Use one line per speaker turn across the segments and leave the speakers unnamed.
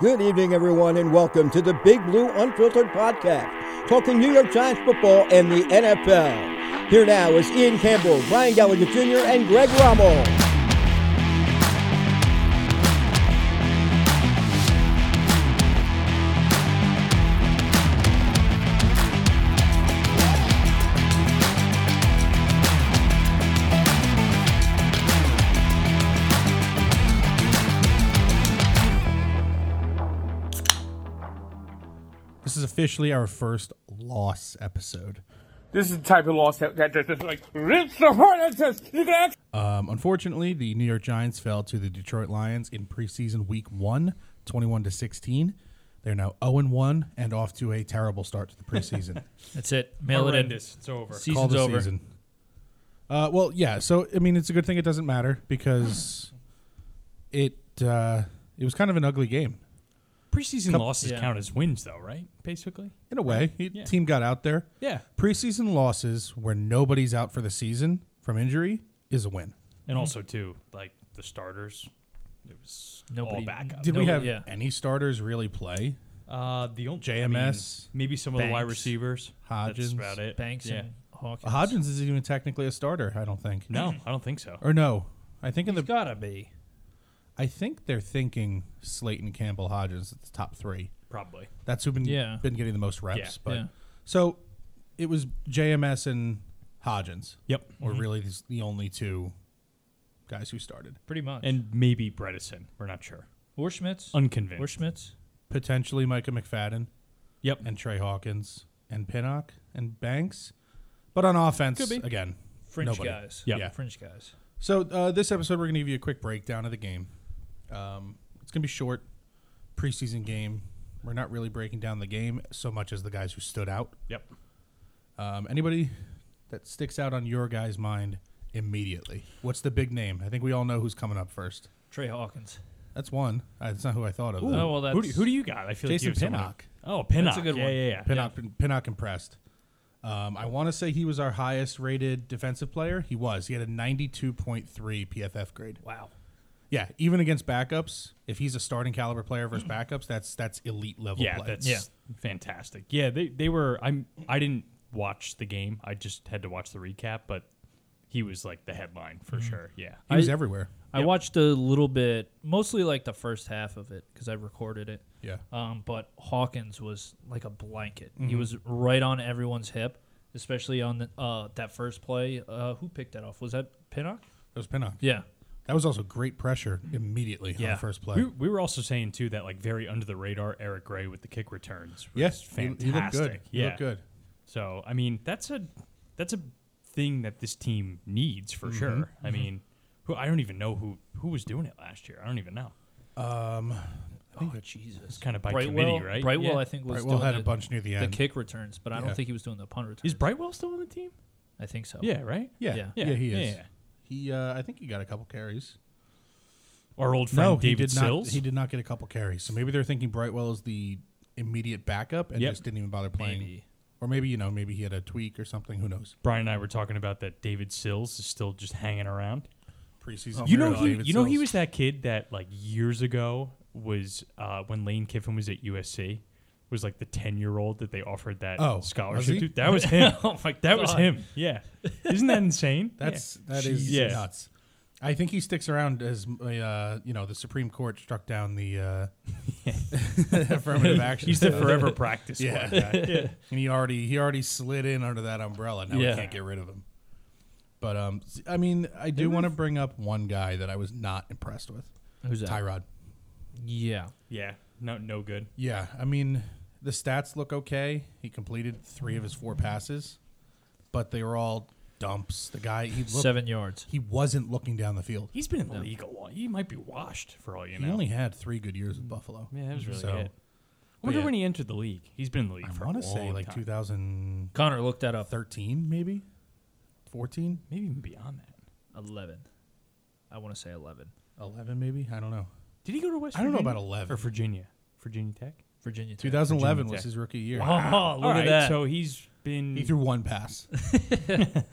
Good evening, everyone, and welcome to the Big Blue Unfiltered Podcast, talking New York Giants football and the NFL. Here now is Ian Campbell, Brian Gallagher Jr., and Greg Rommel.
This is officially our first loss episode.
This is the type of loss that, that, that, that's like rips the heart out says you can act-
Um, unfortunately, the New York Giants fell to the Detroit Lions in preseason week one, 21 to 16. They're now 0 1 and off to a terrible start to the preseason.
That's it. Mail
horrendous. It's over.
it in.
Call
Season's
the
over.
season. Uh, well, yeah. So, I mean, it's a good thing it doesn't matter because it uh, it was kind of an ugly game
Preseason losses
yeah.
count as wins, though, right? Basically.
in a way. The team got out there.
Yeah.
Preseason losses where nobody's out for the season from injury is a win.
Mm-hmm.
And also too, like the starters, it was
Nobody-
all backup.
Did we
No,
have
yeah.
any starters really play?
Uh, the only,
JMS,
maybe some of the wide
Banks,
receivers.
Hodgins,
That's about it.
Banks
Yeah.
and Hawkins.
Hodgins isn't even technically a starter, I don't think.
No, I don't think so.
Or no. I think in the
Hmm. gotta be.
I think they're thinking Slayton Campbell Hodgins at the top three.
Probably.
That's who been
Yeah.
been getting the most reps.
Yeah.
But
Yeah.
so it was JMS and Hodgins
Yep.
were
Mm-hmm.
really these- the only two guys who started.
Pretty much.
And maybe Bredesen. We're not sure.
or Schmitz.
Unconvinced.
or Schmitz.
Potentially Micah McFadden
Yep.
and Trey Hawkins and Pinnock and Banks. But on offense
Could be.
again.
French
nobody.
guys.
Yep.
Yeah.
French guys.
So uh, this episode, we're going to give you a quick breakdown of the game. Um, it's going to be short, preseason game. We're not really breaking down the game so much as the guys who stood out.
yep.
Um, anybody that sticks out on your guy's mind immediately? What's the big name? I think we all know who's coming up first.
Trey Hawkins.
That's one. Uh, that's not who I thought of.
Oh,
though.
well, that's,
who, do, who do you got? I
Jason
feel like you have someone-
Pinnock.
Oh, Pinnock.
good
yeah,
one.
Yeah, yeah.
Pinnock, Pinnock impressed. Um, I want to say he was our highest rated defensive player. He was. He had a 92.3 PFF grade.
Wow.
Yeah, even against backups, if he's a starting caliber player versus backups, that's that's elite level
Yeah,
play.
that's
Yeah.
fantastic. Yeah, they they were. I'm. I didn't watch the game. I just had to watch the recap, but he was like the headline for sure. Yeah.
he was
Mm-hmm. I-
everywhere.
I watched a little bit, mostly like the first half of it because I recorded it.
Yeah. Mm-hmm.
Um, but Hawkins was like a blanket. He was right on everyone's hip, especially on the, uh, that first play. Uh, who picked that off? Was that Pinnock?
That was Pinnock.
Yeah.
That was also great pressure immediately on
Yeah.
the first play.
We, we were also saying too that like very under the radar Eric Gray with the kick returns. was
yes, he-
fantastic.
He, looked good. He
Yeah,
looked good.
So I mean that's a that's a thing that this team needs
Mm-hmm.
for sure. I mean, who I don't even know who who was doing it last year. I don't even know.
Oh, Jesus.
It's kind of by
Brightwell,
committee, right?
Brightwell,
Yeah.
I think, was
Brightwell
doing
had a
the-
bunch near the
the
end.
kick returns, but I
Yeah.
don't think he was doing the punt returns.
Is Brightwell still on the team?
I think so.
Yeah, right.
Yeah. Yeah.
Yeah.
he is.
Yeah, yeah.
He uh, I think he got a couple carries.
Our old friend
No, he
David
did not.
Sills.
He did not get a couple carries. So maybe they're thinking Brightwell is the immediate backup and
Yep.
just didn't even bother playing.
Maybe.
Or maybe you know, maybe he had a tweak or something. Who knows?
Brian and I were talking about that David Sills is still just hanging around.
Preseason.
you
hero
know he,
Oh, David
you know he
Sills.
was that kid that like years ago was uh, when Lane Kiffin was at USC was like the 10 year old that they offered that
Oh, was he?
scholarship to. That was him.
Oh my
that was
God.
him. Yeah. Isn't that insane?
That's
yeah.
that is
Yeah.
nuts. I think he sticks around as uh, you know the Supreme Court struck down the uh, affirmative action.
He's the
So-
forever practice
Yeah.
one.
and he already he already slid in under that umbrella. Now
Yeah.
we can't get rid of him. But um, s- I mean, I do want to bring up one guy that I was not impressed with,
Who's that?
Tyrod.
Yeah.
Yeah. No no good.
Yeah, I mean, the stats look okay. He completed three of his four passes, but they were all dumps. The guy he looked,
Seven yards.
he wasn't looking down the field.
He's been in the league a lot. He might be washed for all you know.
He only had three good years with Buffalo.
yeah, that was really
So-
it. I wonder
yeah.
when he entered the league. He's been in the league
I
for
want
a
to say
long
like
time.
2013,
Connor looked that up.
maybe 14,
Maybe even beyond that.
Eleven. I want to say eleven.
11, maybe. I don't know.
Did he go to West
I don't know
Virginia?
about 11.
Or Virginia. Virginia Tech?
Virginia. Tech.
2011
Virginia
was
Tech.
his rookie year.
Oh, look
All
at
right,
that.
So he's been.
He threw one pass.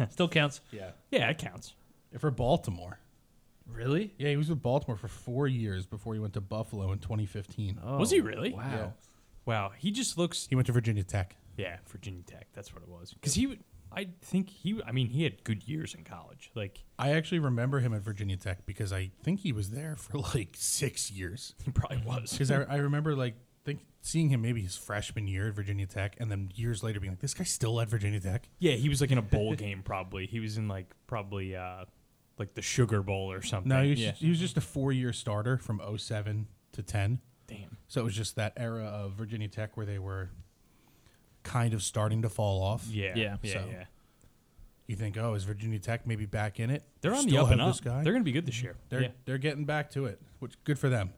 Still counts.
yeah.
yeah, it counts.
For Baltimore.
Really?
Yeah, he was with Baltimore for four years before he went to Buffalo in 2015.
was he really?
Wow. Yeah.
Wow. He just looks.
He went to Virginia Tech.
Yeah, Virginia Tech. That's what it was. Because he, would- I think he. I mean, he had good years in college. Like
I actually remember him at Virginia Tech because I think he was there for like six years.
he probably was.
Because I, I remember like think seeing him maybe his freshman year at Virginia Tech, and then years later being like, this guy's still at Virginia Tech.
Yeah, he was like in a bowl game. Probably he was in like probably uh like the Sugar Bowl or something.
No, he was,
yeah. Mm-hmm.
he was just a four year starter from 07 to 10.
Damn.
So it was just that era of Virginia Tech where they were kind of starting to fall off.
Yeah.
Yeah.
Yeah. Yeah.
So- You think, oh, is Virginia Tech maybe back in it?
They're on the
Still
up
have
and up.
This guy?
They're gonna be good this year.
They're
yeah.
they're getting back to it, which good for them.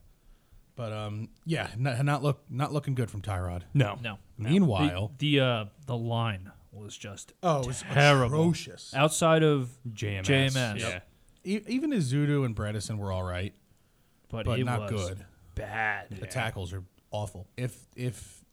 But um, yeah, not, not look not looking good from Tyrod.
No.
No.
Meanwhile,
The, the uh the line was just
oh, it's
terrible.
atrocious.
outside of
JMS.
JMS.
Yeah.
Yep.
E- even Izudu and Bredesen were all right.
but,
But
it
not
was
good.
Bad.
The tackles are awful. If if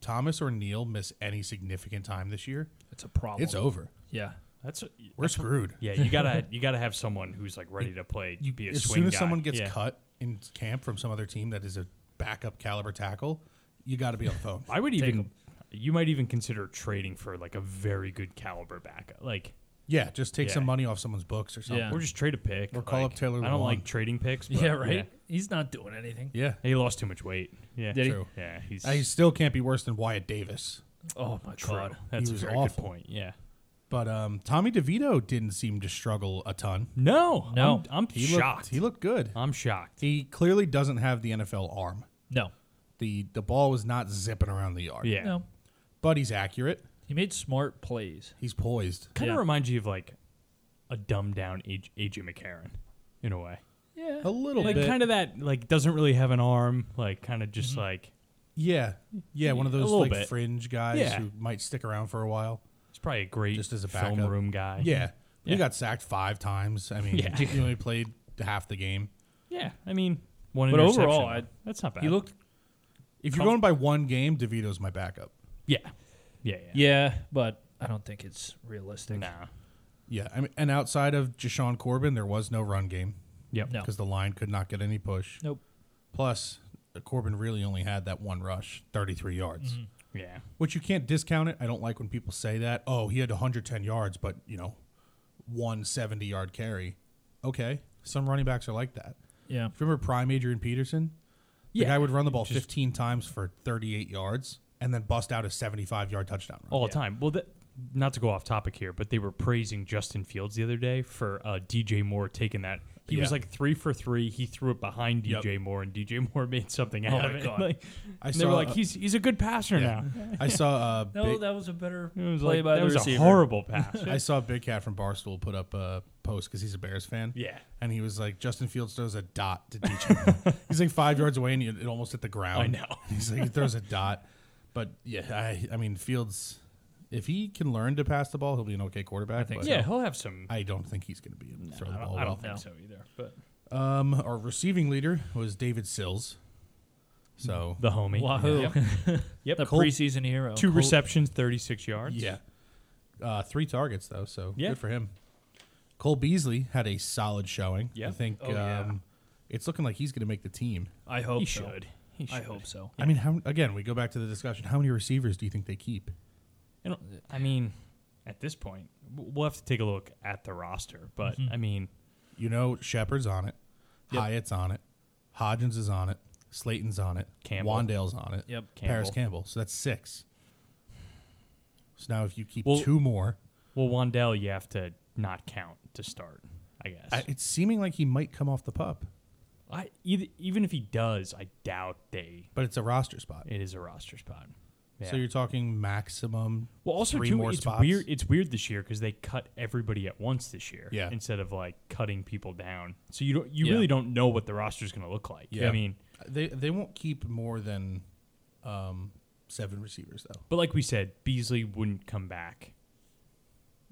Thomas or Neal miss any significant time this year,
It's a problem.
it's over.
Yeah.
Oh. That's a,
We're screwed.
yeah. You gotta you gotta have someone who's like ready to play. You be a
as
swing
soon as
guy.
someone gets
Yeah.
cut in camp from some other team that is a backup caliber tackle, you got to be on the phone.
I would
Take
even
'em.
you might even consider trading for like a very good caliber backup. Like
yeah, just take
Yeah.
some money off someone's books or something.
Yeah.
or just trade a pick.
Or call
like,
up Taylor
I don't
Lewan.
like trading picks. But
Yeah, right? He's not doing anything.
Yeah,
He lost too much weight. Yeah.
Did he?
True.
Yeah. He's,
Uh, He still can't be worse than Wyatt Davis.
Oh my
true.
god.
That's
He
a
was
very
awful.
good point. Yeah.
But um, Tommy DeVito didn't seem to struggle a ton.
No.
No.
I'm, I'm
He
shocked.
looked he looked good.
I'm shocked.
He clearly doesn't have the NFL arm.
No.
The the ball was not zipping around the yard.
Yeah.
No.
But he's accurate.
He made smart plays.
He's poised.
Kind of
Yeah.
reminds you of like a dumbed down AJ, AJ McCarron in a way.
Yeah.
A little
Like
bit.
kind of that like doesn't really have an arm. Like kind of
Mm-hmm.
just like
yeah. Yeah, one of those
little
like
bit.
fringe guys
Yeah.
who might stick around for a while.
he's probably a great
Just as a
film
backup.
room guy.
Yeah. He
Yeah.
got sacked five times. I mean,
Yeah.
he only played half the game.
Yeah. I mean, one
But
interception,
overall,
though.
I-
that's not bad.
He looked
If you're going by one game, DeVito's my backup.
Yeah. Yeah. Yeah.
yeah, but I don't think it's realistic.
Nah.
Yeah. I mean, and outside of Deshaun Corbin, there was no run game
Yep.
No.
because the line could not get any push.
Nope.
Plus, Corbin really only had that one rush, 33 yards,
Mm-hmm. Yeah.
which you can't discount it. I don't like when people say that. Oh, he had 110 yards, but, you know, one 70 yard carry. Okay. Some running backs are like that.
Yeah.
If you remember Prime Adrian Peterson? The
Yeah.
guy would run the ball 15 times for 38 yards and then bust out a 75 yard touchdown run.
all the time. Well, that, not to go off topic here, but they were praising Justin Fields the other day for uh, DJ Moore taking that. He was
Yeah.
like three for three. He threw it behind
Yep.
DJ Moore, and DJ Moore made something out
my
of it.
God.
Like,
I
and they were
saw,
like,
uh,
he's he's a good passer
Yeah.
now.
I saw uh,
No,
Big,
that was a better
It was
play
like
by
that
the
was
receiver.
a horrible pass.
I saw Big Cat from Barstool put up a post because he's a Bears fan.
Yeah.
and he was like, Justin Fields throws a dot to DJ. he's like five yards away and it it almost hit the ground.
I know.
He's like, he throws a dot, but yeah, I, I mean Fields, if he can learn to pass the ball, he'll be an okay quarterback. but
yeah, he'll have some. I,
I don't think he's going to be able to throw the ball
don't, I
well.
don't think so either. But
Um, our receiving leader was David Sills. So
the homie,
Wahoo.
Yep.
Yep.
the
Cole-
preseason hero.
two receptions, thirty-six yards.
yeah, uh, three targets though. So
Yeah.
good for him. Cole Beasley had a solid showing.
Yeah.
I think
Oh,
um,
yeah.
it's looking like he's going to make the team.
I hope
he
so.
should. He should.
I hope so.
I mean, how, again, we go back to the discussion. How many receivers do you think they keep?
I, don't, I mean, at this point, w- we'll have to take a look at the roster. But
Mm-hmm.
I mean,
You know, Shepard's on it, Hyatt's on it, Hodgins is on it, Slayton's on it,
Campbell.
Wandale's on it,
Yep.
Paris
Campbell.
Campbell. So that's six. So now if you keep
Well-
two more,
Well, Wandell, you have to not count to start, I guess.
I,
I,
it's seeming like he might come off the pup,
either, even if he does, I doubt they.
but it's a roster spot.
It is a roster spot. Yeah.
So you're talking maximum.
well, also
three
too,
more
it's
spots.
weird. It's weird this year because they cut everybody at once this year,
Yeah.
Instead of like cutting people down, so you don't, you
Yeah.
really don't know what the roster is going to look like.
Yeah.
I mean,
They they won't keep more than um, seven receivers though.
but like we said, Beasley wouldn't come back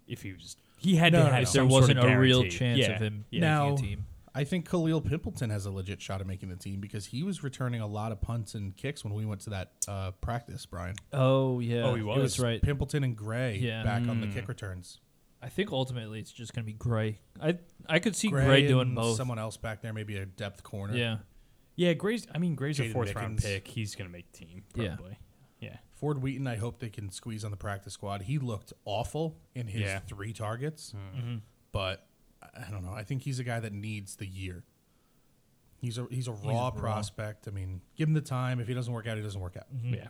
if he was. He had
No,
to
no,
have
no.
some
There
sort of
wasn't a real
guarantee.
chance
Yeah.
of him making
Yeah.
Now-
a team.
I think Khalil Pimpleton has a legit shot at making the team because he was returning a lot of punts and kicks when we went to that uh, practice. Brian,
Oh yeah.
Oh, he
It
was.
right.
Pimpleton and Gray
Yeah.
back on the kick returns.
I I think ultimately it's just going to be Gray. I I could see Gray,
Gray,
doing
and
both.
Someone else back there, maybe a depth corner.
Yeah,
Yeah, Gray's. I mean, Gray's
Jaden
a fourth round
Mickens.
pick. He's gonna make the team
Yeah.
probably. Yeah.
Ford Wheaton, I hope they can squeeze on the practice squad. He looked awful in his
Yeah. Hmm.
three targets, but I I don't know. I think he's a guy that needs the year. He's a he's a raw prospect. I mean, give him the time. If he doesn't work out, he doesn't work out.
Yeah.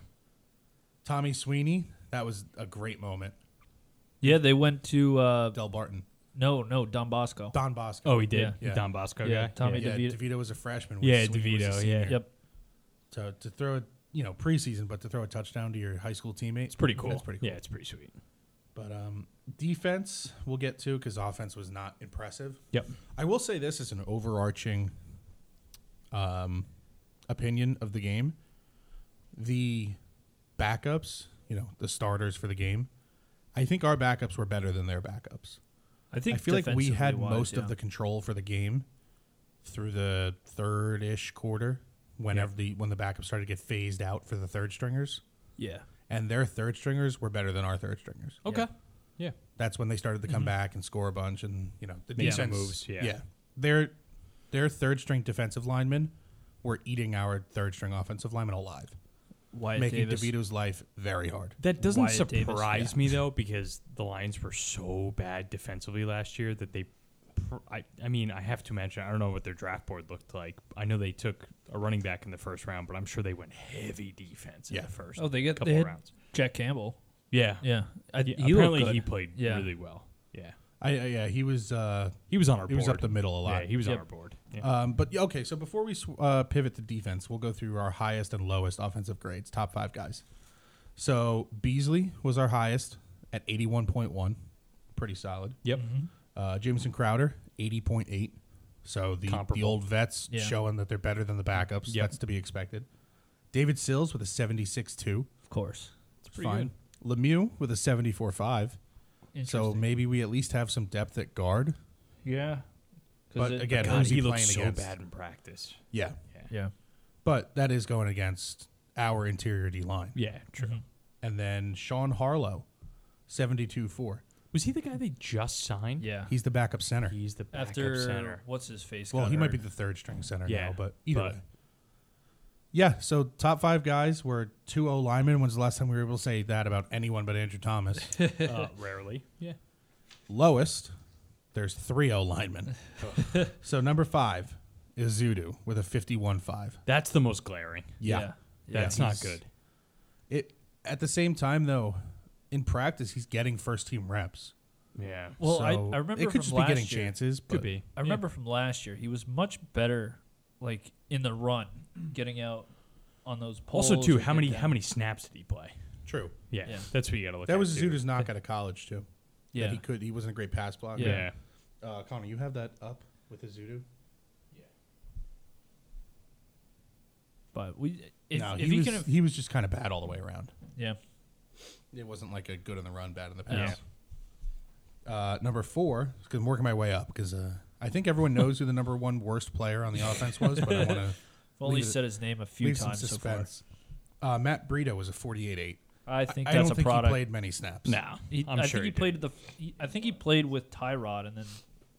Tommy Sweeney, that was a great moment.
yeah. They went to uh,
Del Barton,
no, no Don Bosco.
Don Bosco.
Oh, he did.
Yeah.
Don Bosco
Yeah,
guy.
Tommy
Yeah.
yeah,
DeVito.
DeVito. was a freshman.
Yeah,
Sweeney was a
DeVito,
senior.
yeah.
Yep.
To to throw a you know preseason, but to throw a touchdown to your high school teammate,
It's pretty cool.
That's pretty cool.
Yeah, it's pretty sweet.
But um, defense, we'll get to because offense was not impressive.
Yep.
I will say this is an overarching um, opinion of the game. The backups, you know, the starters for the game, I think our backups were better than their backups.
I think
I feel like we
defensively
had
wise,
most
yeah.
of the control for the game through the third ish quarter whenever the when the backups started to get phased out for the third stringers.
yeah.
And their third stringers were better than our third stringers
Okay. Yeah.
that's when they started to come back and score a bunch and you know the
Make
defense
some moves, Mm-hmm. yeah.
their their third string defensive linemen were eating our third string offensive linemen alive
Wyatt
making
Davis.
DeVito's life very hard
That doesn't
Wyatt Davis,
surprise
yeah.
me though, because the Lions were so bad defensively last year that they. Pr- I, I mean, I have to mention. I don't know what their draft board looked like. I know they took a running back in the first round, but I'm sure they went heavy defense in
Yeah.
the first.
Oh, they get
couple
they had
rounds.
Jack Campbell.
Yeah.
Yeah, I,
Yeah,
he looked
apparently
good.
he played
Yeah.
really well. Yeah.
I, I yeah he was uh
He was on our
he
board.
was up the middle a lot
Yeah, he was
Yep.
on our board. Yeah.
um but yeah, okay so before we sw- uh, pivot to defense we'll go through our highest and lowest offensive grades top five guys so Beasley was our highest at 81.1 pretty solid
yep.
Uh, Jameson Crowder, 80.8. So the, the
Comparable.
old vets
Yeah.
showing that they're better than the backups.
Yep.
That's to be expected. David Sills with a 76.2.
of course.
It's
pretty
Lemieux with a 74.5. So
Interesting.
maybe we at least have some depth at guard.
Yeah.
'Cause
But
it-
again,
God,
who's he,
he looked
playing
so
against?
bad in practice.
Yeah.
yeah,
But that is going against our interior D line.
Yeah, true.
Mm-hmm.
And then Sean Harlow, 72.4.
Was he the guy they just signed?
yeah.
He's the backup center.
He's the backup
After
center.
what's his face?
Well,
got
he might be
hurt.
the third string center
Yeah,
now, but either
but-
way. Yeah, so top five guys were two O linemen. When's the last time we were able to say that about anyone but Andrew Thomas?
Uh, rarely. Yeah.
Lowest, there's three O linemen. so number five is Zudu with a 51.5.
That's the most glaring.
Yeah.
Yeah. Yeah,
That's not
he's-
good.
It at the same time though, in practice he's getting first team reps.
Yeah.
Well, I,
So
I remember
it could
from
just be
last
getting
year,
chances. But
Could be.
I remember from last year, he was much better, like in the run, getting out on those poles.
Also, too,
or
how
get
many
down.
how many snaps did he play?
True.
Yeah,
Yeah.
that's what you got to look.
That
at,
was
too.
Zudu's knock out of college too. that
Yeah.
he could. He wasn't a great pass blocker.
Yeah.
Yeah.
Uh, Connor, you have that up with Azudu?
But we, if,
no,
if
he,
he,
was,
can, have,
he was just kind of bad all the way around.
yeah,
It wasn't like a good in the run, bad in the
No.
pass. Uh, number four, because I'm working my way up, because uh, I think everyone knows who the number one worst player on the offense was, but I want to
I've only
leave it-
said his name a few
leave some
times so far.
suspense. uh, Matt Breida was a 48-8.
I think
I
that's
don't
a
think
product.
he played many snaps.
No,
He-
I'm
I
sure
think he,
did.
played the. He, I think he played with Tyrod and then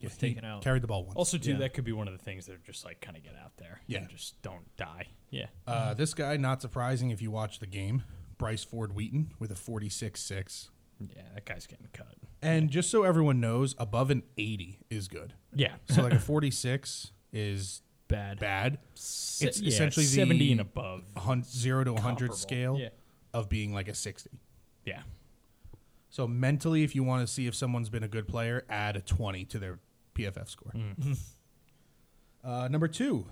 Yeah,
was
he
taken out.
Carried the ball once.
Also, too,
Yeah.
that could be one of the things that are just like kind of get out there.
Yeah.
and just don't die. Yeah,
Uh, this guy, not surprising if you watch the game, Bryce Ford Wheaton with a 46-6.
yeah, that guy's getting cut.
And just so everyone knows, above an 80 is good.
Yeah,
So like a 46 is
bad.
bad. It's
yeah,
essentially the
seventy and above.
hun- zero to 100
Comparable.
scale
Yeah.
of being like a 60.
Yeah,
So mentally, if you want to see if someone's been a good player, add a 20 to their PFF score.
Mm.
uh, number two,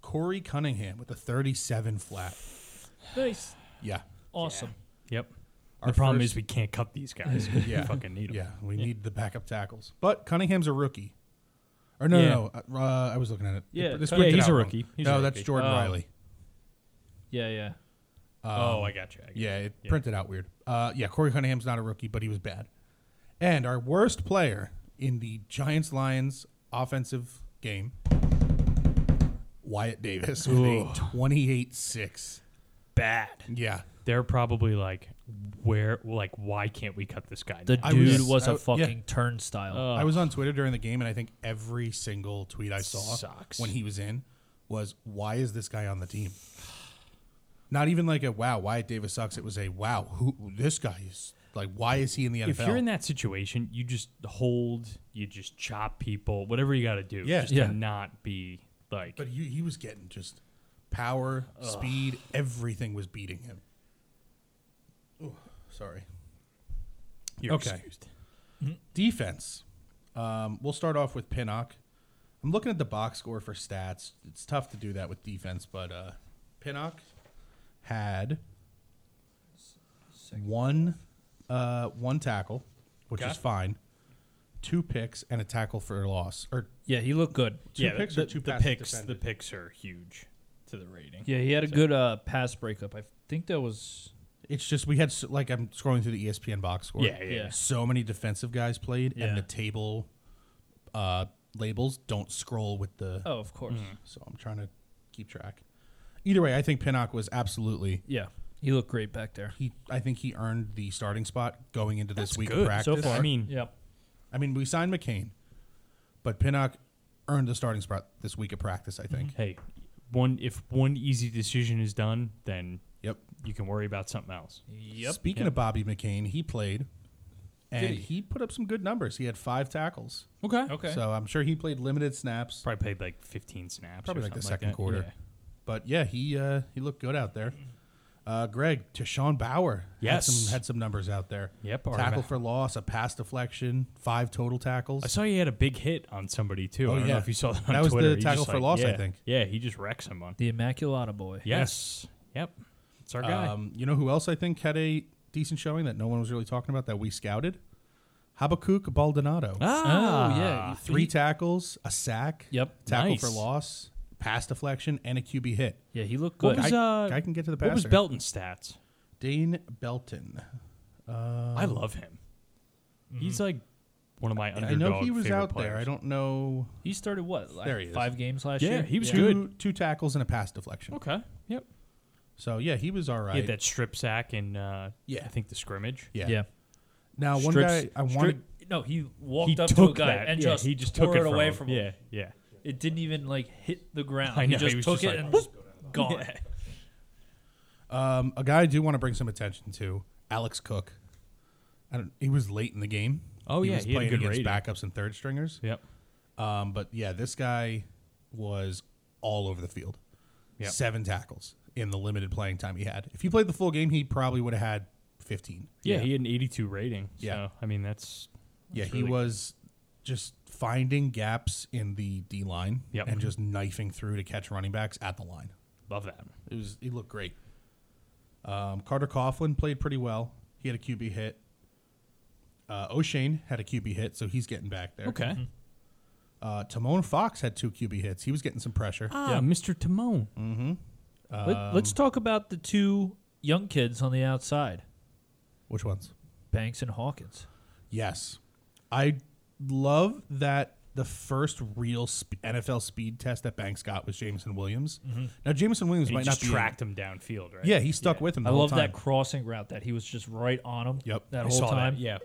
Corey Cunningham with a 37 flat.
Nice,
Yeah.
awesome.
yep.
Our
the problem
first-
is we can't cut these guys.
Yeah.
we fucking need them.
Yeah. We need the backup tackles. But Cunningham's a rookie. Or no, no, no. Uh, I was looking at it.
Yeah,
This
Cun-
printed
Yeah, he's
out
a
wrong.
rookie. He's a
no, that's
rookie.
Jordan
Oh.
Riley.
Yeah, yeah.
oh, I got you. I
Um,
got
Yeah, it
Yeah.
printed out weird. Uh, yeah, Corey Cunningham's not a rookie, but he was bad. And our worst player in the Giants Lions offensive game, Wyatt Davis with a
Ooh.
28 6.
bad.
Yeah.
They're probably like, where like why can't we cut this guy?
The
now?
I
dude
was-
was,
I
a
w- yeah.
fucking turnstile.
I was on Twitter during the game, and I think every single tweet I saw
Sucks.
when he was in was, "Why is this guy on the team?" Not even like a "Wow, Wyatt Davis sucks." It was a "Wow, who this guy is like? Why is he in the NFL?"
if you're in that situation, you just hold, you just chop people, whatever you got to do,
Yeah.
just
Yeah.
to not be like.
but he, he was getting just power, speed, everything was beating him. Ooh, sorry.
you're
okay.
excused.
Defense. Um, we'll start off with Pinnock. I'm looking at the box score for stats. It's tough to do that with defense, but uh, Pinnock had one uh, one tackle, which
Okay.
is fine. Two picks and a tackle for a loss, or
yeah, he looked good.
two
yeah,
picks
the,
or two
the
passes
picks. The
defended?
picks are huge to the rating.
Yeah, he had a good uh, pass breakup. I think that was
it's just we had s- like I'm scrolling through the E ESPN box score.
Yeah, yeah,
Yeah. yeah.
So many defensive guys played,
Yeah.
and the table uh, labels don't scroll with the
oh, of course.
Mm.
So I'm trying to keep track. Either way, I think Pinnock was absolutely
Yeah, he looked great back there.
he. I think he earned the starting spot going into this
That's
week
good.
of practice.
So far. I mean-
yep.
I mean, we signed McCain, but Pinnock earned the starting spot this week of practice. I think.
Hey, one if one easy decision is done, then
Yep.
you can worry about something else.
Yep.
Speaking of Bobby McCain, he played, and
he?
he? put up some good numbers. He had five tackles,
Okay.
Okay.
so I'm sure he played limited snaps,
Probably played like 15 snaps.
probably
or
like the
something
second
that.
quarter. But yeah, he uh, he looked good out there. Uh, Greg, Tashawn Bauer
Yes.
had, some, had some numbers out there.
Yep, our
Tackle
ma-
for loss, a pass deflection, five total tackles.
I saw he had a big hit on somebody too.
Oh,
I don't
yeah.
know if you saw that. On
That was
Twitter.
the
He
tackle
just,
for
like,
loss, I
yeah.
think.
Yeah, he just wrecks someone.
the Immaculata boy.
Yes. Yep. It's our guy.
Um, you know who else I think had a decent showing that no one was really talking about that we scouted? Habakkuk Baldonado.
Ah,
Oh yeah.
Three
He-
tackles, a sack,
Yep.
tackle
Nice.
for loss, pass deflection, and a QB hit.
Yeah, he looked
What
good.
was,
I-
uh,
I can get to the
What was
passer.
Belton's stats?
Dane Belton.
I love him.
mm-hmm.
He's like one of my
Um, I
underdog.
know he was
favorite
out there.
players.
I don't know.
he started what? Like
There he is.
five games last
Yeah,
year.
he was
two,
good.
Two tackles and a pass deflection.
Okay. Yep.
So yeah, he was all right.
He had that strip sack in, uh,
Yeah.
I think the scrimmage.
Yeah.
Yeah. yeah.
Now one
Strips-
guy I
strip-
wanted.
No, he walked
He
up
took
to a guy
that.
and
yeah,
just
he just
tore
took it,
away
him.
from him.
Yeah. Yeah.
It didn't even like hit the ground.
I
He
know,
just
he was
took
just
it
like,
and
whoop.
just gone.
Um, a guy I do want to bring some attention to, Alex Cook. I don't. He was late in the game.
Oh,
he
yeah,
was
he had a
playing
good
against
rating.
backups and third stringers.
Yep.
Um, but yeah, this guy was all over the field.
Yep.
Seven tackles in the limited playing time he had. If he played the full game, he probably would have had fifteen.
Yeah, he had an 82 rating. So,
Yeah.
I mean, that's.
Yeah,
that's
he
really
was just finding gaps in the D line
Yep.
and just knifing through to catch running backs at the line.
Love that.
It was he looked great. Um, Carter Coughlin played pretty well. He had a QB hit. Uh, O'Shane had a QB hit, so he's getting back there.
Okay.
Uh, Timon Fox had two QB hits. He was getting some pressure.
Ah, Mr. Timone. Um,
Let, let's talk about the two young kids on the outside,
Which ones?
Banks and Hawkins.
Yes, I love that the first real sp- NFL speed test that Banks got was Jameson Williams. Now Jameson Williams
Mm-hmm. He
might
just
not be-
tracked him downfield, right?
Yeah, he stuck with him. The
I
whole
love
time.
that crossing route that he was just right on him.
Yep.
That
I
whole
saw that,
time.
Yeah.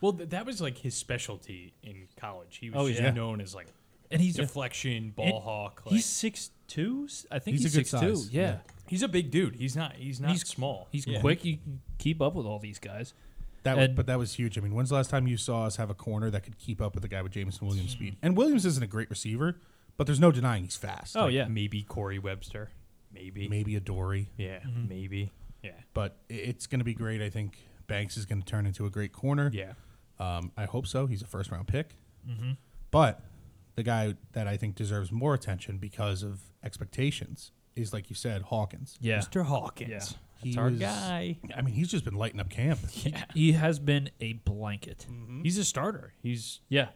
Well, th- that was like his specialty in college. He was
Oh,
just
yeah.
known as like
And he's
deflection, ball
and
hawk. Like,
He's six two. I think
He's
he's,
a good
six two.
size,
Yeah.
he's a big dude. He's not. He's not
He's-
small.
He's
Yeah.
quick. You can keep up with all these guys.
That was,
And-
but that was huge. I mean, when's the last time you saw us have a corner that could keep up with a guy with Jameson
Hmm.
Williams' speed? And Williams isn't a great receiver, but there's no denying he's fast.
Oh,
Like,
yeah.
Maybe Corey Webster. Maybe.
maybe a Dory,
Yeah. Maybe. Mm-hmm. Yeah.
but i- it's going to be great. I think Banks is going to turn into a great corner.
Yeah. Mm-hmm.
um, I hope so. He's a first round pick, but the guy that I think deserves more attention because of expectations is, like you said, Hawkins.
Yeah.
Mr. Hawkins.
Yeah.
That's
He
our
was-
guy.
I mean, he's just been lighting up camp.
He has been a blanket.
Mm.
He's a starter. He's
Yeah.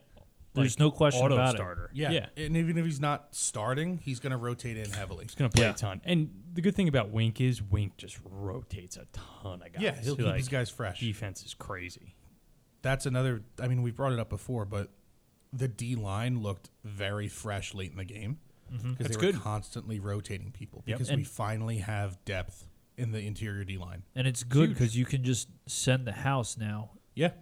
There's
like,
no question
auto
about
starter.
Yeah.
Yeah.
and even if he's not starting, he's going to rotate in heavily.
He's gonna play
Yeah.
a ton. And the good thing about Wink is Wink just rotates a ton of guys.
Yeah, he'll keep
Like,
his guys fresh.
Defense is crazy.
that's another I mean, we brought it up before, but the D line looked very fresh late in the game because they
That's
were
good.
constantly rotating people
Yep.
because we
And-
finally have depth in the interior D line.
and it's good
Huge.
because you can just send the house now
Yeah,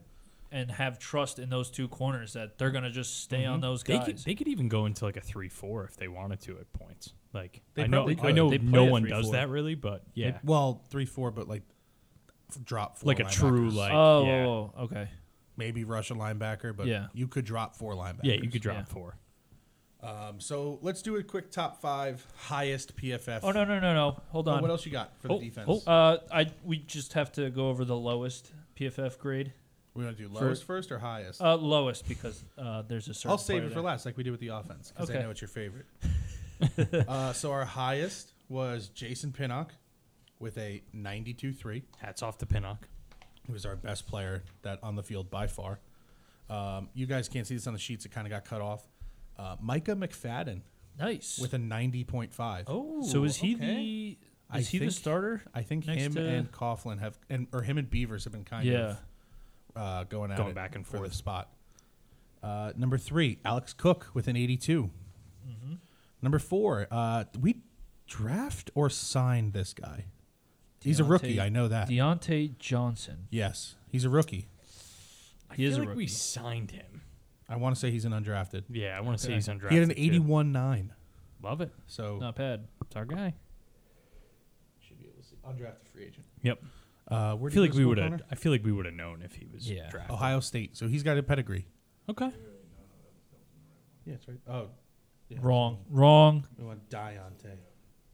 and have trust in those two corners that they're gonna just stay
Mm-hmm.
on those
They
guys.
could, they could even go into like a three four if they wanted to at points. Like
They
I know
probably
I
could.
know
They play
no
a
one does
3-4.
that really, but yeah,
It- well, three four, but like f- drop four
like a true
linebackers.
like
oh,
yeah.
oh, oh, okay.
maybe rush a linebacker, but
Yeah.
you could drop four linebackers.
yeah, you could drop
Yeah.
four.
Um, so let's do a quick top five highest PFF.
Oh no no no no. Hold
Oh,
on.
what else you got for
Oh,
the defense?
oh, uh, I we just have to go over the lowest PFF grade.
we want to do
for-
lowest first or highest?
Uh, lowest because uh, there's a certain.
I'll save
player
it for
there.
last, like we did with the offense, because I
Okay.
know it's your favorite. uh, so our highest was Jason Pinnock with a 92-3.
Hats off to Pinnock.
He was our best player that on the field by far. Um, you guys can't see this on the sheets; it kind of got cut off. Uh, Micah McFadden
Nice.
with a 90.5.
Oh,
so is he the
I
is he the
think-
starter?
I think
Next
him
to-
and Coughlin have, and or him and Beavers have been kind
Yeah.
of uh, going at
Going
it
back and
for
forth.
the spot. Uh, number three, Alex Cook with an 82.
Mm-hmm.
Number four, uh, did we draft or sign this guy. He's a
Deontay-
rookie. I know that.
Deontay Johnson.
yes, he's a rookie.
I
He
feel
is a
like we
rookie.
signed him.
I want to say he's an undrafted.
Yeah, I want to say he's undrafted.
He had an
too.
81.9.
Love it.
So
Not bad.
It's our guy.
should be able to see undrafted free agent.
Yep.
Uh, where
I
did he
feel like
go to
we
school,
would have.
Connor?
I feel like we would have known if he was
Yeah.
drafted.
Ohio State. So he's got a pedigree.
Okay.
Yeah, it's right. Oh, yeah.
Wrong. Wrong.
We want Dionte.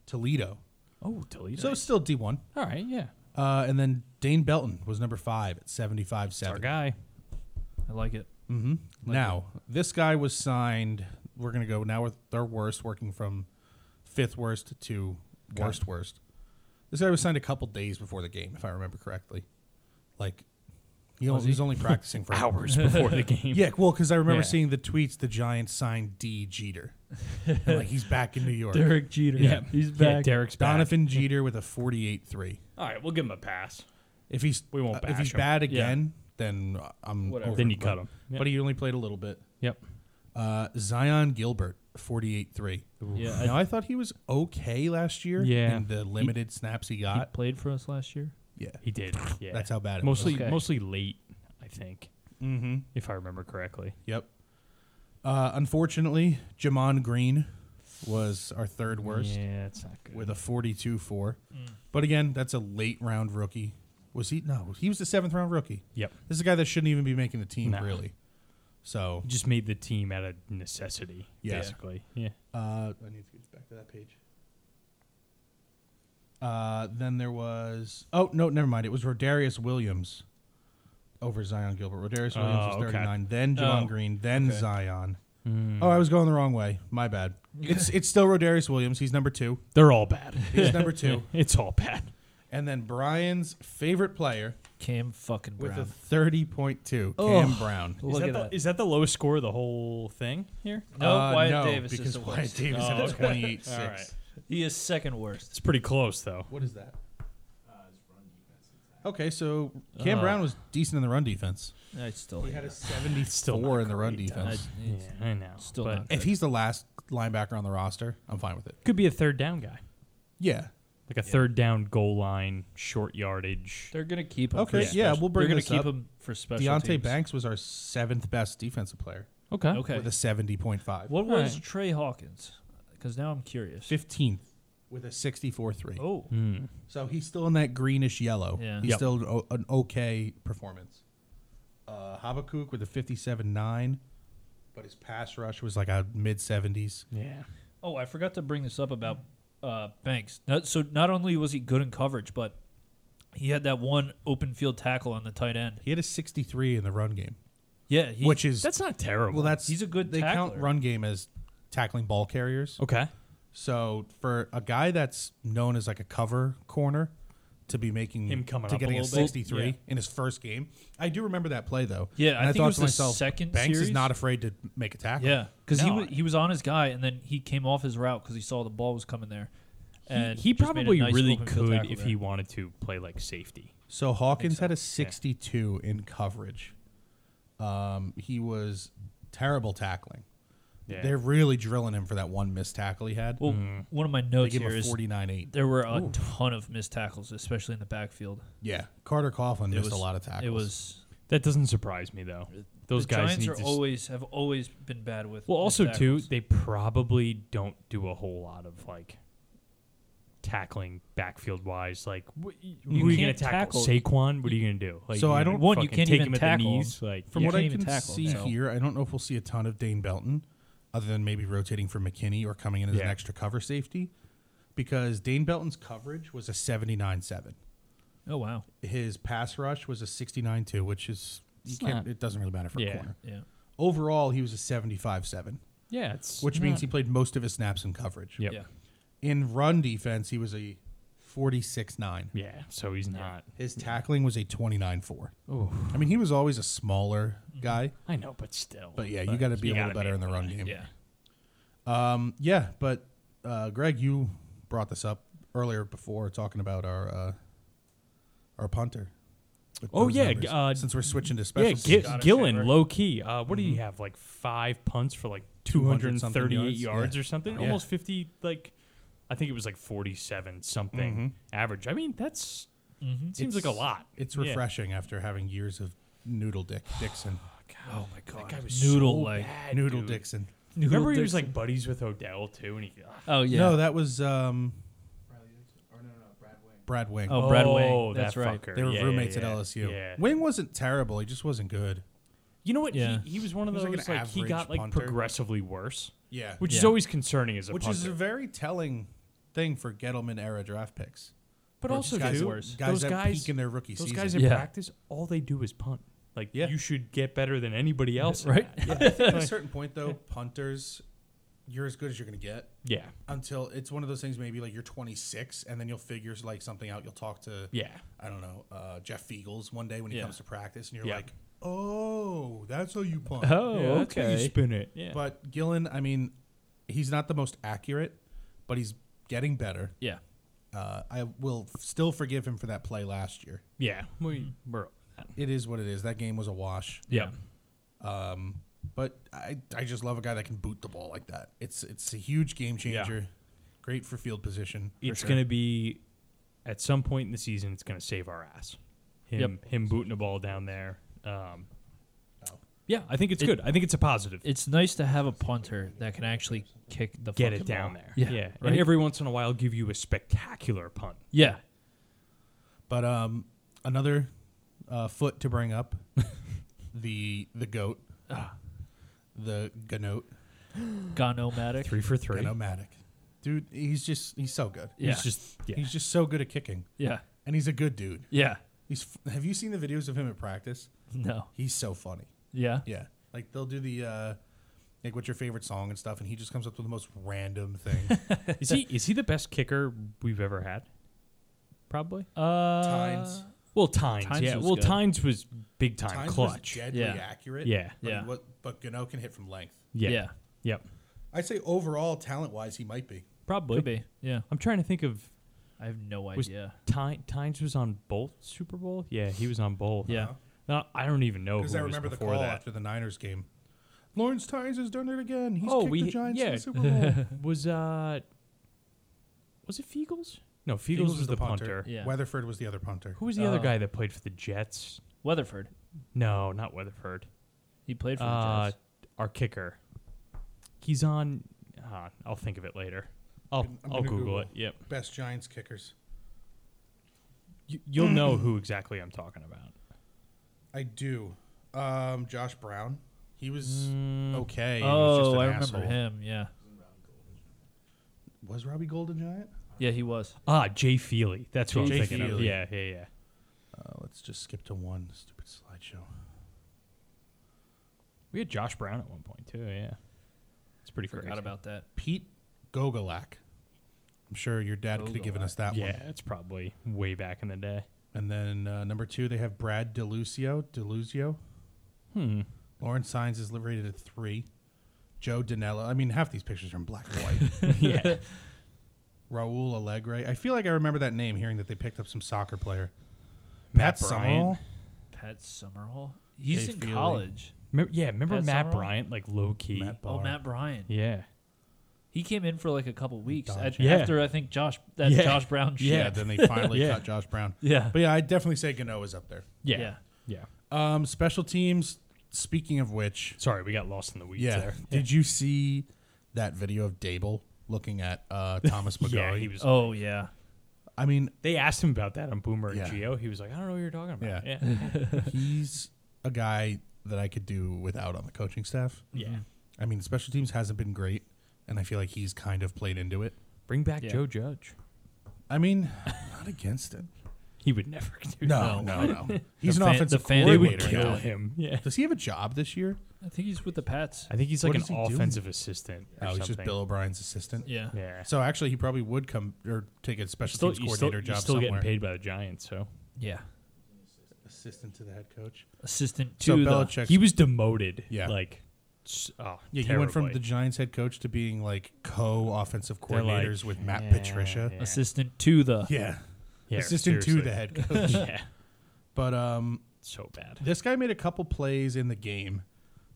Toledo.
Oh, Toledo.
So it's still D1.
all right. Yeah.
Uh, and then Dane Belton was number five at 75
It's our
7.
guy.
I like it.
Now, this guy was signed. We're going to go now with their worst, working from fifth worst to worst worst. This guy was signed a couple days before the game, if I remember correctly. Like, he, was was only practicing for
Hours before the game.
Yeah, well, because I remember
Yeah.
seeing the tweets the Giants signed D. Jeter. And, like, he's back in New York.
Jeter.
Yeah. Yeah, Derek's back.
Donovan Jeter with a 48 3.
All right, we'll give him a pass.
If he's
We won't
uh, if
bash
he's
him.
bad
Yeah.
again, then uh, I'm
Whatever.
over
Then
it,
you
but-
cut him.
But he only played a little bit.
Yep.
Uh, Zion Gilbert, forty-eight three.
Yeah, I-
Now I, thought he was okay last year.
Yeah.
In the limited snaps he
He
got.
played for us last year.
yeah.
He did. Yeah.
That's how bad it
mostly
Okay.
mostly late, I think,
Mm-hmm.
if I remember correctly.
Yep. Uh, unfortunately, Jamon Green was our third worst
Yeah, it's not good.
with a forty-two four.
Mm.
But again, that's a late round rookie. Was he? No, he was the seventh round rookie.
yep.
This is a guy that shouldn't even be making the team,
Nah.
really. So
Just made the team out of necessity,
Yeah.
basically. Yeah.
Uh, I need to get back to that page. Uh, then there was oh no, never mind. It was Rodarius Williams over Zion Gilbert. Rodarius Williams was
Oh, okay.
39, then Javon
Oh. Hmm.
Green, then Zion. Oh, I was going the wrong way. My bad. It's it's still Rodarius Williams. He's number two.
They're all bad.
He's number two.
it's all bad.
And then Brian's favorite player
Cam fucking
with
Brown.
a thirty point two, Cam Brown.
Look
is
at
that the,
that.
is that the lowest score of the whole thing here?
no,
Uh,
Oh, Wyatt
no,
Davis
because
is the
Wyatt
worst.
Davis had
Oh,
a
okay.
twenty-eight six.
All right.
He is second worst.
It's pretty close though.
What is that? Okay, so Cam
Oh.
Brown was decent in the run defense.
I still.
He had
hate
a
him.
74
not
in the run
great,
I,
defense.
Yeah,
it's-
I know.
Still
but
not
If he's the last linebacker on the roster, I'm fine with it.
could be a third down guy.
Yeah.
Like a third down goal line, short yardage.
They're gonna keep him.
Okay,
For
yeah,
special-
we'll bring
They're gonna
this
keep
up.
him for special.
Deontay
teams.
Banks was our seventh best defensive player
Okay.
Okay.
with a 70.5.
What was
Alright.
Trey Hawkins? Because now I'm curious.
15th with a 64.3.
Oh,
Mm.
So he's still in that greenish yellow.
Yeah.
He's
Yep.
still an, o- an okay performance. Uh, Habakkuk with a 57.9, but his pass rush was like a mid 70s.
Yeah.
oh, I forgot to bring this up about uh, Banks. Not, so not only was he good in coverage, but he had that one open field tackle on the tight end.
He had a 63 in the run game,
Yeah, he,
which is
That's not terrible.
well, that's
he's a good
They count
tackler. Oh.
run game as tackling ball carriers.
okay.
So for a guy that's known as like a cover corner to be making
Him coming
to
up a
getting a,
little bit,
63
yeah.
in his first game. I do remember that play though.
Yeah,
and
I
I,
think it
thought
was
to
the
myself,
second
Banks is
series.
not afraid to make a tackle.
yeah, because
No.
he was, he was on his guy, and then he came off his route because he saw the ball was coming there. And
he
just made a
probably
nice
really
open field
could
tackle
if
there.
he wanted to play like safety.
So Hawkins had a 62 in coverage. Um, he was terrible tackling.
Yeah.
They're really drilling him for that one missed tackle he had.
Well,
Mm.
one of my
they
notes
gave
here
him a
is
49 8.
there were a ton of missed tackles, especially in the backfield.
Yeah. Carter Coughlin
It
missed
was
a lot of tackles.
It was
That doesn't surprise me though. Those
the
guys
Giants
need
are
to s-
always have always been bad with.
Well,
missed
also too,
tackles.
they probably don't do a whole lot of like tackling backfield wise. Like, what, you,
You
who are you going
can't
to tackle?
tackle.
Saquon? What are you going to do? Like,
So
you're
I
gonna
don't-
One, you
fucking
can't
take
even
him at
tackle
the
him.
knees. Like,
From
yeah.
From what
can't
I
even
can
tackle
see
him, so-
here, I don't know if we'll see a ton of Dane Belton, other than maybe rotating for McKinney or coming in as an
Yeah.
extra cover safety, because Dane Belton's coverage was a 79 7.
Oh wow.
His pass rush was a 69 2, which is, you can't, it doesn't really matter for a
Yeah.
corner.
Yeah.
Overall, he was a 75 7,
yeah, it's
which
not-
means he played most of his snaps in coverage.
Yep.
Yeah.
In run defense, he was a 46 9.
yeah. So he's not.
His tackling was a 29 4. I mean, he was always a smaller guy,
I know, but still.
but yeah, you got to be a
you
little
gotta
better
be
in the run game.
Yeah.
Um, yeah, but uh, Greg, you brought this up earlier before talking about our uh, our punter. with
Oh,
those
yeah,
numbers,
uh,
since we're switching to uh,
Yeah,
special
G-
teams.
Scottish
Gillen,
favorite.
low key. Uh, what do you have? Like five punts for like
200 Mm-hmm.
238
something
yards,
yards? Yeah.
or something?
Yeah.
Almost 50, like, I think it was like 47 something average. I mean, that's seems like a lot.
Mm-hmm. it's
Yeah.
refreshing after having years of noodle dick Dixon,
Oh my god.
That guy was
Noodle
so
leg.
bad,
noodle
dude.
Dixon.
Noodle
Remember, he was
Dixon.
like buddies with Odell too, and he. ugh.
Oh yeah.
No, that was um, Brad Wing.
Oh, Brad Wing.
Oh,
That's
that
right.
fucker.
they were
Yeah,
roommates
yeah,
at
yeah.
LSU.
Yeah.
Wing wasn't terrible; he just wasn't good.
You know what?
Yeah.
He, he was one
He
of
was like
those like,
an
he
average
got like
punter.
progressively worse,
Yeah,
which is
Yeah.
always concerning as a
which
punter.
is a very telling thing for Gettleman era draft picks.
But
Those
also,
guys
too,
worse.
Guys
those
that
guys
peak in their rookie
those
season.
guys in
Yeah.
practice, all they do is punt. Like,
Yeah.
you should get better than anybody else,
Right?
at a certain point though, punters, you're as good as you're gonna get
Yeah,
until it's one of those things. Maybe like you're 26, and then you'll figure like something out. You'll talk to
yeah.
I don't know uh, Jeff Fiegels one day when he
Yeah.
comes to practice, and you're
Yeah.
like, oh, that's how you punt.
Yeah, that's how you spin it. Yeah,
But Gillen, I mean, he's not the most accurate, but he's getting better.
Yeah.
Uh, I will f- still forgive him for that play last year.
yeah. We, we're,
It is what it is. That game was a wash.
yeah.
Um, but I, I just love a guy that can boot the ball like that. It's it's a huge game changer. Great for field position. for
It's
sure.
gonna be at some point in the season. It's gonna save our ass. Him, him booting a ball down there. Um, yeah, I think it's good. I think it's a positive.
It's nice to have a punter that can actually kick the
get
fucking
it down
ball.
there.
Yeah.
yeah.
Right?
And every once in a while, give you a spectacular punt.
yeah.
But um, another uh, foot to bring up the the goat,
Ah.
the ganote,
Gonomatic.
Three for three.
ganomatic, dude. He's just he's so good.
Yeah.
He's just yeah.
He's just so good at kicking,
Yeah.
and he's a good dude.
Yeah.
He's. f- Have you seen the videos of him at practice?
No.
He's so funny.
Yeah.
Yeah. Like they'll do the uh like what's your favorite song and stuff and he just comes up with the most random thing.
is he is he the best kicker we've ever had? Probably.
Uh,
Tynes.
Well, Tynes.
Tynes
yeah.
was
Well,
good.
Tynes was big time
Tynes was
clutch.
deadly
Yeah.
accurate.
Yeah.
But,
Yeah.
What, but Gano can hit from length.
Yeah.
Yeah.
Yep.
I'd say overall talent wise he might be.
Probably.
Could be. Yeah.
I'm trying to think of
I have no
was
idea.
Ty- Tynes was on both Super Bowl. Yeah, he was on both.
Yeah.
No, Uh-huh. I don't even know
Because
who
I
was
remember the
before
call
that.
after the Niners game. Lawrence Tynes has done it again. He's
Oh,
kicked
we-
the Giants to
yeah.
the Super Bowl.
Was uh, was it Fiegels? No, Fiegels,
Eagles
was, the punter.
Yeah.
Weatherford was the other punter.
Who was the other
Uh,
guy that played for the Jets?
Weatherford.
No, not Weatherford.
He played for the
Uh,
Jets.
our kicker. He's on. Uh, I'll think of it later. I'll
I'm
I'll
gonna
Google,
Google.
it. Yep.
Best Giants kickers.
You, you'll know who exactly I'm talking about.
I do. Um, Josh Brown. He was
Mm.
okay. He was just
Oh,
an
I remember
asshole.
him. Yeah.
Was Robbie Gold a Giant?
Yeah, he was.
Ah, Jay Feely. That's who
Jay
I'm thinking of.
Feely.
Yeah, yeah, yeah.
Uh, let's just skip to one stupid slideshow.
We had Josh Brown at one point too. Yeah, it's pretty
Forgot
crazy.
about that.
Pete Gogolak. I'm sure your dad could have given us that
Yeah,
one.
it's probably way back in the day.
And then uh, number two, they have Brad DeLucio. DeLuzio.
Hmm.
Lauren Signs is liberated at three. Joe Danella. I mean, half these pictures are in black and white.
yeah.
Raul Alegre. I feel like I remember that name hearing that they picked up some soccer player.
Matt
Pat
Bryant.
Summerall.
Pat Summerall. He's
Jay
in
Feely.
college.
Remember, yeah, remember
That's
Matt
all right.
Bryant, like low key.
Matt
Oh,
Barr.
Matt Bryant.
Yeah,
He came in for like a couple weeks
Dodge.
at-
Yeah.
after I think Josh that
Yeah.
Josh Brown shit.
Yeah. then they finally
Yeah.
cut Josh Brown.
Yeah.
But yeah, I definitely say Gano is up there.
yeah, yeah.
Yeah.
Um, special teams. Speaking of which,
Sorry, we got lost in the weeds
yeah,
there.
did you see that video of Dable looking at uh, Thomas McGarry?
Yeah, he was.
Oh yeah.
I mean,
They asked him about that on Boomer and
Yeah.
Geo. He was like, I don't know what you're talking about.
Yeah.
yeah,
he's a guy that I could do without on the coaching staff.
Yeah.
Mm-hmm.
I mean, special teams hasn't been great, and I feel like he's kind of played into it.
Bring back
Yeah.
Joe Judge.
I mean, not against it.
He would never do
No,
No.
no, no. He's
The
an
fan-
offensive
the fan-
that. They
coordinator.
would kill
now.
him. Yeah.
Does he have a job this year?
I think he's with the Pats.
I think he's like
What
an
is he doing?
offensive assistant. Or
Oh, he's
something.
just Bill O'Brien's assistant.
Yeah.
Yeah.
So actually, he probably would come or take a special
still,
teams
you still,
coordinator
you're
job
still
somewhere.
getting paid by the Giants. So
Yeah.
Assistant to the head coach.
Assistant to
So
the
Belichick.
he was demoted.
Yeah.
Like, s- oh,
yeah, he went from
terribly.
the Giants head coach to being like co-offensive
They're like,
coordinators with Matt
yeah,
Patricia.
yeah.
assistant to the
Yeah,
Yeah,
assistant to the
seriously.
head coach.
yeah.
but um,
So bad.
this guy made a couple plays in the game,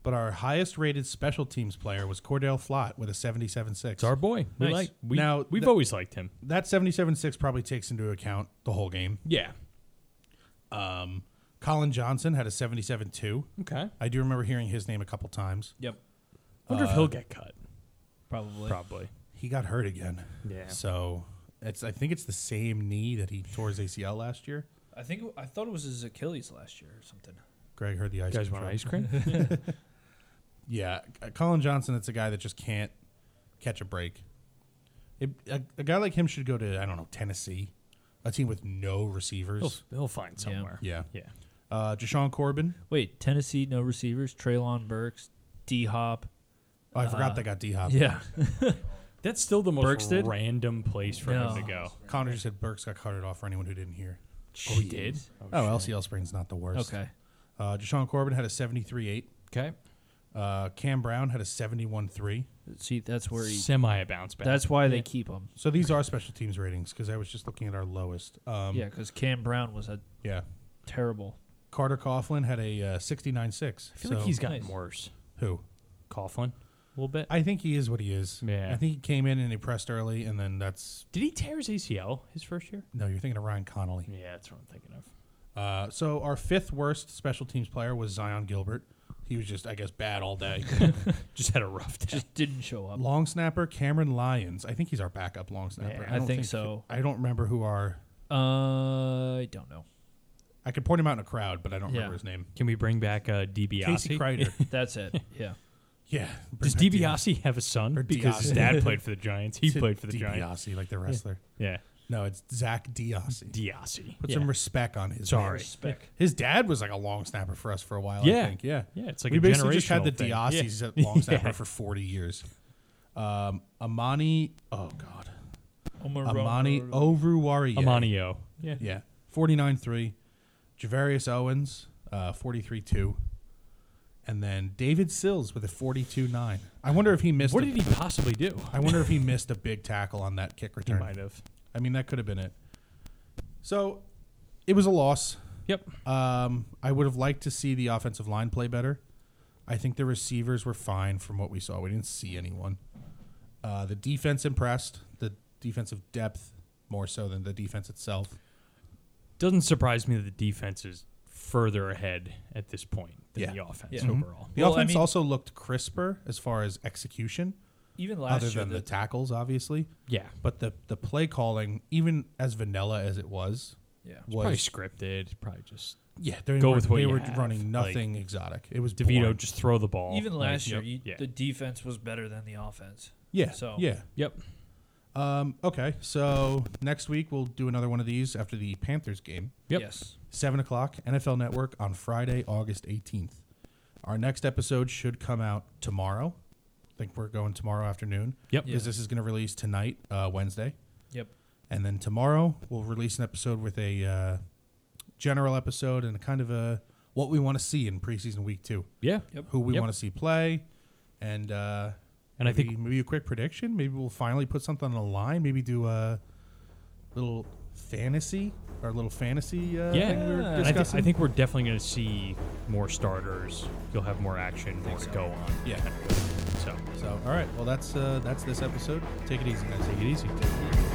but our highest-rated special teams player was Cordell Flott with a 77-6.
It's our boy. We
Nice.
like we,
Now,
we've
the-
always liked him.
that 77-6 probably takes into account the whole game.
Yeah.
Um, Colin Johnson had a 77-2.
Okay.
I do remember hearing his name a couple times.
Yep.
Wonder if he'll get cut.
Probably.
Probably.
He got hurt again.
Yeah.
So it's I think it's the same knee that he tore his ACL last year.
I think I thought it was his Achilles last year or something.
Greg heard the ice.
You guys want
control.
ice cream?
Yeah, C- Colin Johnson. It's a guy that just can't catch a break. It, a, a guy like him should go to I don't know Tennessee, a team with no
he'll,
receivers.
he'll find somewhere.
Yeah.
Yeah.
Uh, Deshaun Corbin.
Wait, Tennessee no receivers. Traylon Burks, D Hop.
Oh, I forgot they got D Hop.
Yeah.
That's still the most
Burks did?
random place for
No.
him to go.
Connor just said Burks got carted off for anyone who didn't hear.
Oh, he did?
Oh, LCL sprain's not the worst.
okay.
Uh, Deshaun Corbin had a 73-8.
Okay.
Uh, Cam Brown had a 71-3.
See, that's where he.
Semi a bounce back.
That's why they keep him.
So these are special teams ratings because I was just looking at our lowest. Um,
Yeah, because Cam Brown was a
Yeah.
terrible.
Carter Coughlin had a uh, 69.6.
I feel
so
like he's gotten
Nice.
worse.
who?
Coughlin, a little bit.
I think he is what he is.
Yeah.
I think he came in and he pressed early, and then that's
did he tear his ACL his first year?
no. You're thinking of Ryan Connolly.
Yeah, that's what I'm thinking of.
Uh, so our fifth worst special teams player was Zion Gilbert. He was just, I guess, bad all day.
Just had a rough day.
Just didn't show up.
long snapper Cameron Lyons. I think he's our backup long snapper.
Yeah,
I
don't
think so.
I don't remember who our.
Uh, I don't know.
I could point him out in a crowd, but I don't
Yeah.
remember his name.
Can we bring back uh, DiBiase?
Casey Kreider.
That's it. Yeah.
yeah.
Does DiBiase have a son?
Or
Because his
Diassi.
dad played for the Giants. He played for the Giants.
Diassi, like the wrestler.
Yeah.
No, it's Zach Diassi.
Diassi.
Put
yeah.
some respect on his.
Sorry.
name.
Spec.
His dad was like a long snapper for us for a while. I
Yeah.
think. yeah,
Yeah, it's like
we
a
basically just had the
generational thing.
Diassis
Yeah.
at long snapper
Yeah.
for forty years. Um, Amani, oh god, Amani Oruwariye.
Amanio. Yeah.
yeah, forty nine three. Javarius Owens, uh, forty three two, and then David Sills with a forty two nine. I wonder if he missed.
What
a-
did he possibly do?
I wonder if he missed a big tackle on that kick
He
return.
might have.
I mean, that could have been it. So, it was a loss.
Yep.
Um, I would have liked to see the offensive line play better. I think the receivers were fine from what we saw. We didn't see anyone. Uh, the defense impressed. The defensive depth more so than the defense itself.
Doesn't surprise me that the defense is further ahead at this point than
Yeah. Mm-hmm.
the offense
Yeah.
overall.
The
Well, I
offense
mean-
also looked crisper as far as execution,
Even last
other
year,
than the,
the-
tackles, obviously.
Yeah.
But the the play calling, even as vanilla as it was,
yeah.
Probably
was
scripted. Probably just
yeah. They
go
were,
with what
they
you
were
have.
running
Like,
nothing exotic. It was
DeVito
boring.
just throw the ball.
Even
Like,
last year,
yep,
you,
yeah.
the defense was better than the offense.
yeah
So-
yeah
yep.
Um, okay, so next week we'll do another one of these after the Panthers game,
Yep.
Yes.
seven o'clock, NFL Network on Friday, August eighteenth. Our next episode should come out tomorrow. I think we're going tomorrow afternoon.
Yep.
because
Yeah.
this is going to release tonight, uh, Wednesday,
Yep.
and then tomorrow we'll release an episode with a uh, general episode and kind of a what we want to see in preseason week two,
Yeah.
Yep.
who we
Yep.
want to see play, and uh,
And I
maybe,
think
maybe a quick prediction. Maybe we'll finally put something on the line. Maybe do a little fantasy, our little fantasy uh,
yeah,
thing we
I
were
thi-
discussing.
I, think we're definitely going to see more starters. You'll have more action, more to go on.
yeah.
So.
So all right, well that's uh, that's this episode. Take it easy, guys. Take it easy. Take it easy.